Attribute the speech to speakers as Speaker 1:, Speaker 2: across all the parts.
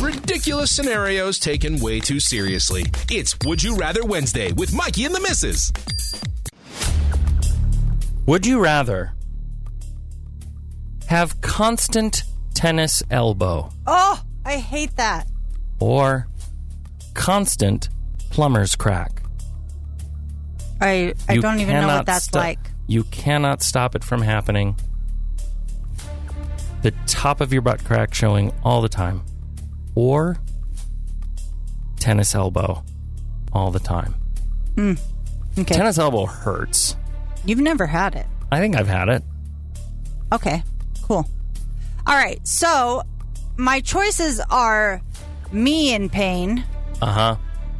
Speaker 1: ridiculous scenarios taken way too seriously. It's Would You Rather Wednesday with Mikey and the Missus.
Speaker 2: Would you rather have constant tennis elbow
Speaker 3: Oh, I hate that.
Speaker 2: or constant plumber's crack?
Speaker 3: I I
Speaker 2: You
Speaker 3: don't even know
Speaker 2: cannot
Speaker 3: what that's
Speaker 2: sto-
Speaker 3: like.
Speaker 2: You cannot stop it from happening. The top of your butt crack showing all the time, or tennis elbow all the time.
Speaker 3: Hmm. Okay.
Speaker 2: Tennis elbow hurts.
Speaker 3: You've never had it.
Speaker 2: I think I've had it.
Speaker 3: Okay. Cool. All right. So, my choices are me in pain
Speaker 2: Uh huh.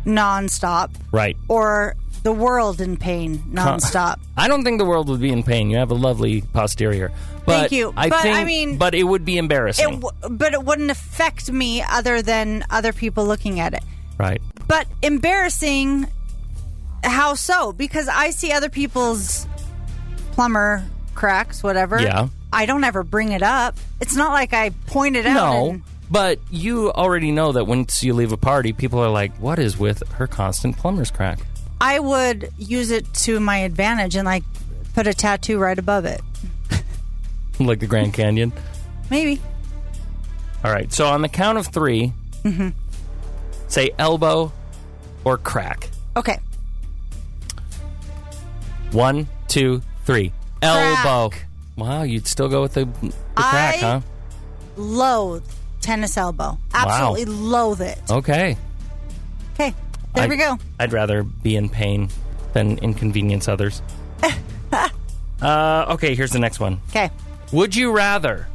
Speaker 3: nonstop
Speaker 2: Right.
Speaker 3: or the world in pain nonstop.
Speaker 2: I don't think the world would be in pain. You have a lovely posterior. But
Speaker 3: Thank you.
Speaker 2: I
Speaker 3: But,
Speaker 2: think,
Speaker 3: I mean-
Speaker 2: but it would be
Speaker 3: It
Speaker 2: embarrassing,
Speaker 3: w- but it wouldn't affect me other than other people looking at it.
Speaker 2: right?
Speaker 3: But embarrassing, how so? Because I see other people's plumber cracks, whatever.
Speaker 2: Yeah.
Speaker 3: I don't ever bring it up. It's not like I point it out.
Speaker 2: No,
Speaker 3: and-
Speaker 2: but you already know that once you leave a party, people are like, "What is with her constant plumber's crack?"
Speaker 3: I would use it to my advantage and like put a tattoo right above it.
Speaker 2: like the Grand Canyon.
Speaker 3: Maybe.
Speaker 2: All right. So on the count of 3
Speaker 3: Mm-hmm.
Speaker 2: say elbow or crack.
Speaker 3: Okay.
Speaker 2: One, two, three.
Speaker 3: Crack.
Speaker 2: Elbow. Wow, you'd still go with the, the crack,
Speaker 3: I-
Speaker 2: huh?
Speaker 3: Loathe tennis elbow. Absolutely loathe it.
Speaker 2: Okay.
Speaker 3: Okay.
Speaker 2: Oh.
Speaker 3: There
Speaker 2: I-
Speaker 3: we go.
Speaker 2: I'd rather be in pain than inconvenience others. uh, okay, here's the next one.
Speaker 3: Okay.
Speaker 2: Would you rather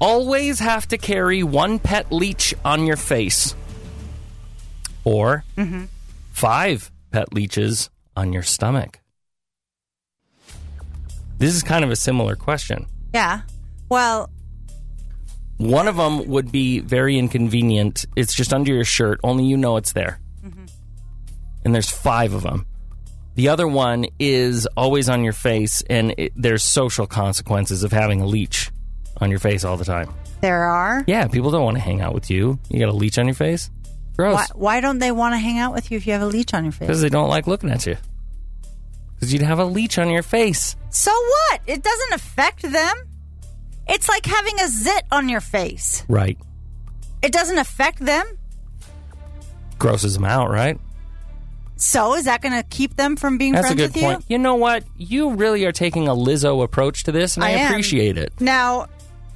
Speaker 2: always have to carry one pet leech on your face or
Speaker 3: Mm-hmm.
Speaker 2: five pet leeches on your stomach? This is kind of a similar question.
Speaker 3: Yeah. Well,
Speaker 2: One of them would be very inconvenient. It's just under your shirt, only you know it's there.
Speaker 3: Mm-hmm.
Speaker 2: And there's five of them. The other one is always on your face, and it, there's social consequences of having a leech on your face all the time.
Speaker 3: there are.
Speaker 2: Yeah, people don't want to hang out with you. You got a leech on your face?
Speaker 3: Why,
Speaker 2: Gross.
Speaker 3: why don't they want to hang out with you if you have a leech on your face?
Speaker 2: Because they don't like looking at you. Because you'd have a leech on your face.
Speaker 3: So what? It doesn't affect them. It's like having a zit on your face.
Speaker 2: Right.
Speaker 3: It doesn't affect them.
Speaker 2: Grosses them out, right?
Speaker 3: So is that going to keep them from being
Speaker 2: That's a
Speaker 3: friends
Speaker 2: good
Speaker 3: with
Speaker 2: point. You? know what? You really are taking a Lizzo approach to this, and I,
Speaker 3: I am.
Speaker 2: appreciate it.
Speaker 3: you? Now,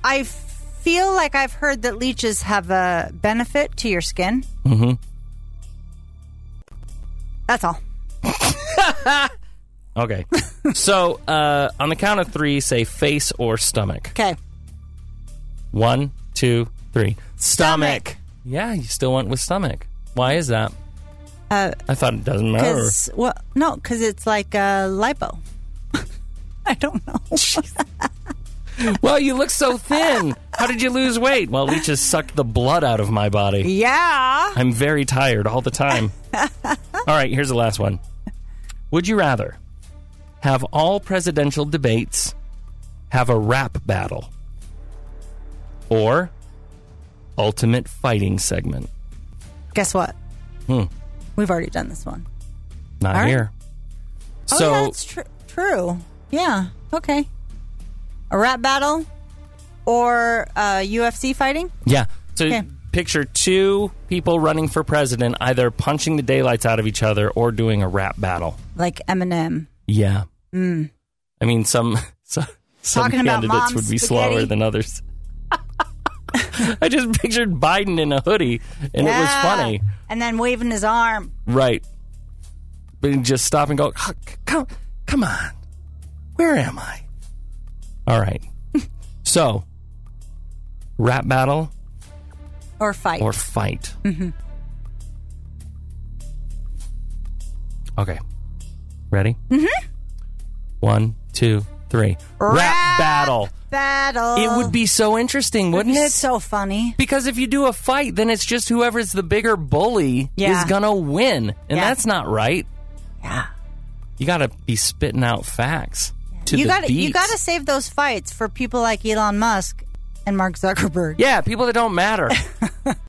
Speaker 3: I feel like I've heard that leeches have a benefit to your skin. Mm-hmm. That's all.
Speaker 2: Okay. so, uh, on the count of three, say face or stomach.
Speaker 3: Okay.
Speaker 2: One, two, three. Stomach. Yeah, you still went with stomach. Why is that?
Speaker 3: Uh,
Speaker 2: I thought it doesn't matter.
Speaker 3: Because well, no, because it's like a lipo. I don't know.
Speaker 2: Well, you look so thin. How did you lose weight? Well, leeches sucked the blood out of my body.
Speaker 3: yeah.
Speaker 2: I'm very tired all the time. all right, here's the last one. Would you rather have all presidential debates have a rap battle or ultimate fighting segment?
Speaker 3: Guess what?
Speaker 2: Hmm.
Speaker 3: We've already done this one.
Speaker 2: Not
Speaker 3: All right.
Speaker 2: here.
Speaker 3: oh, yeah,
Speaker 2: so
Speaker 3: that's tr- true. Yeah. Okay. A rap battle or uh, UFC fighting?
Speaker 2: yeah, so
Speaker 3: Okay.
Speaker 2: picture two people running for president, either punching the daylights out of each other or doing a rap battle.
Speaker 3: Like Eminem.
Speaker 2: Yeah. I mean, some some, some
Speaker 3: Hmm. Talking about
Speaker 2: candidates
Speaker 3: mom's
Speaker 2: would be
Speaker 3: spaghetti.
Speaker 2: slower than others. I just pictured Biden in a hoodie, and it was
Speaker 3: Yeah.
Speaker 2: funny,
Speaker 3: And then waving his arm.
Speaker 2: right? But he'd just stop and go, "Ah, c- come, come on, where am I? All right. so, rap battle
Speaker 3: Or fight.
Speaker 2: or fight?
Speaker 3: Mm-hmm.
Speaker 2: Okay. Ready? Mm-hmm. One, two, three. Rap, battle.
Speaker 3: Battle.
Speaker 2: It would be so interesting, wouldn't it?
Speaker 3: so funny.
Speaker 2: because if you do a fight, then it's just whoever's the bigger bully
Speaker 3: Yeah.
Speaker 2: is gonna win, and
Speaker 3: Yeah.
Speaker 2: that's not right.
Speaker 3: Yeah.
Speaker 2: You gotta be spitting out facts to
Speaker 3: You
Speaker 2: the
Speaker 3: got to you
Speaker 2: beat.
Speaker 3: got to save those fights for people like Elon Musk and Mark Zuckerberg.
Speaker 2: yeah, people that don't matter.